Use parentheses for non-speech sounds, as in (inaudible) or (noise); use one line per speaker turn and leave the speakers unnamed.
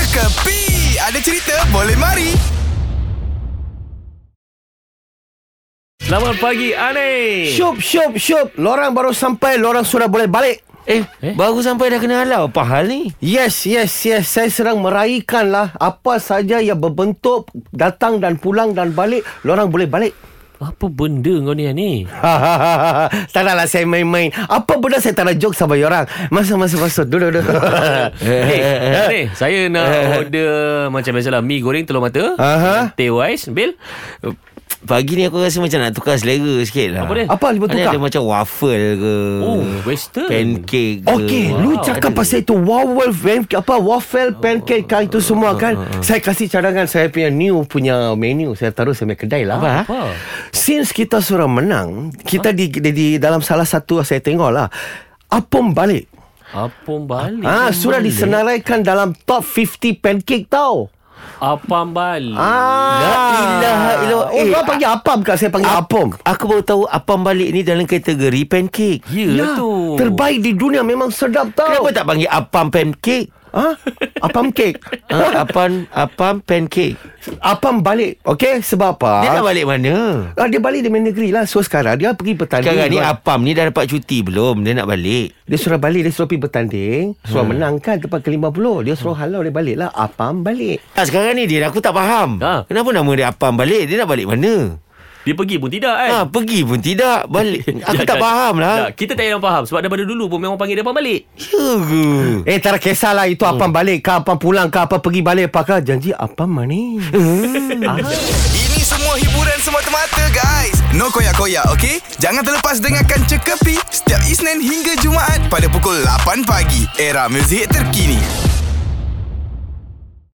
Kepi Ada cerita boleh mari
Selamat pagi
Eh.
Anis.
Syup, syup, syup. Lorang baru sampai, lorang sudah boleh balik.
Eh, eh, baru sampai dah kena halau. Apa hal ni?
Yes, yes, yes. Saya sedang meraihkanlah apa saja yang berbentuk datang dan pulang dan balik. Lorang boleh balik. (laughs)
Apa benda kau ni Ani?
tak nak lah saya main-main. Apa benda saya tak nak joke sama orang. Masuk, masuk, masuk. Duduk, duduk.
(laughs) Eh,
Hey, Anis, saya nak order macam biasalah mi goreng telur mata,
Aha.
teh wise, bil.
Pagi ni aku rasa macam nak tukar selera sikit lah.
Apa dia?
apa lima
Ani
tukar?
ada macam waffle ke.
Oh, western.
Pancake ke.
Okey, wow, lu cakap pasal itu waffle pancake apa waffle pancake kan itu semua
Oh,
kan. Saya kasih cadangan saya punya new punya menu. Saya taruh sampai kedai lah.
Apa? ha?
Apa?
Since kita sudah menang, kita di, di, di dalam salah satu saya tengok lah. Apom balik.
Apam balik.
Ah, sudah disenaraikan dalam top 50 pancake tau.
Apam balik.
Ah.
La ilaha illallah.
Oh,
Eh,
kau panggil apam kat saya panggil apom.
Aku baru tahu apam balik ni dalam kategori pancake.
Ya, tu.
Terbaik di dunia memang sedap tau.
Kenapa tak panggil apam pancake?
Ah, apam cake.
Ha, apam apam pancake.
apam balik. Okey, sebab apa?
Dia nak balik mana?
Ah, dia balik dari main negeri lah So sekarang dia pergi bertanding
Sekarang ni
Dia-
apam ni dah dapat cuti belum? Dia nak balik.
Dia suruh balik Dia suruh pergi bertanding Suruh hmm. menangkan tempat ke-50 Dia suruh halau dia balik lah Apam balik
Tak, Ha, sekarang ni dia aku tak faham.
Ha.
Kenapa nama dia apam balik? Dia nak balik mana?
Dia pergi pun tidak kan? Ya,
Ha, pergi pun tidak
(laughs)
balik. Aku tak
Tak,
faham lah.
kita tak payah faham sebab daripada dulu pun memang panggil dia apam balik.
Ya ke?
Eh tak kisahlah itu apam balik Ke apam pulang Ke apam pergi balik Apakah janji apam manis Ah.
Ini semua hiburan semata-mata guys No koyak-koyak ok Jangan terlepas dengarkan Cekapi Setiap Isnin hingga Jumaat Pada pukul 8 pagi Era muzik terkini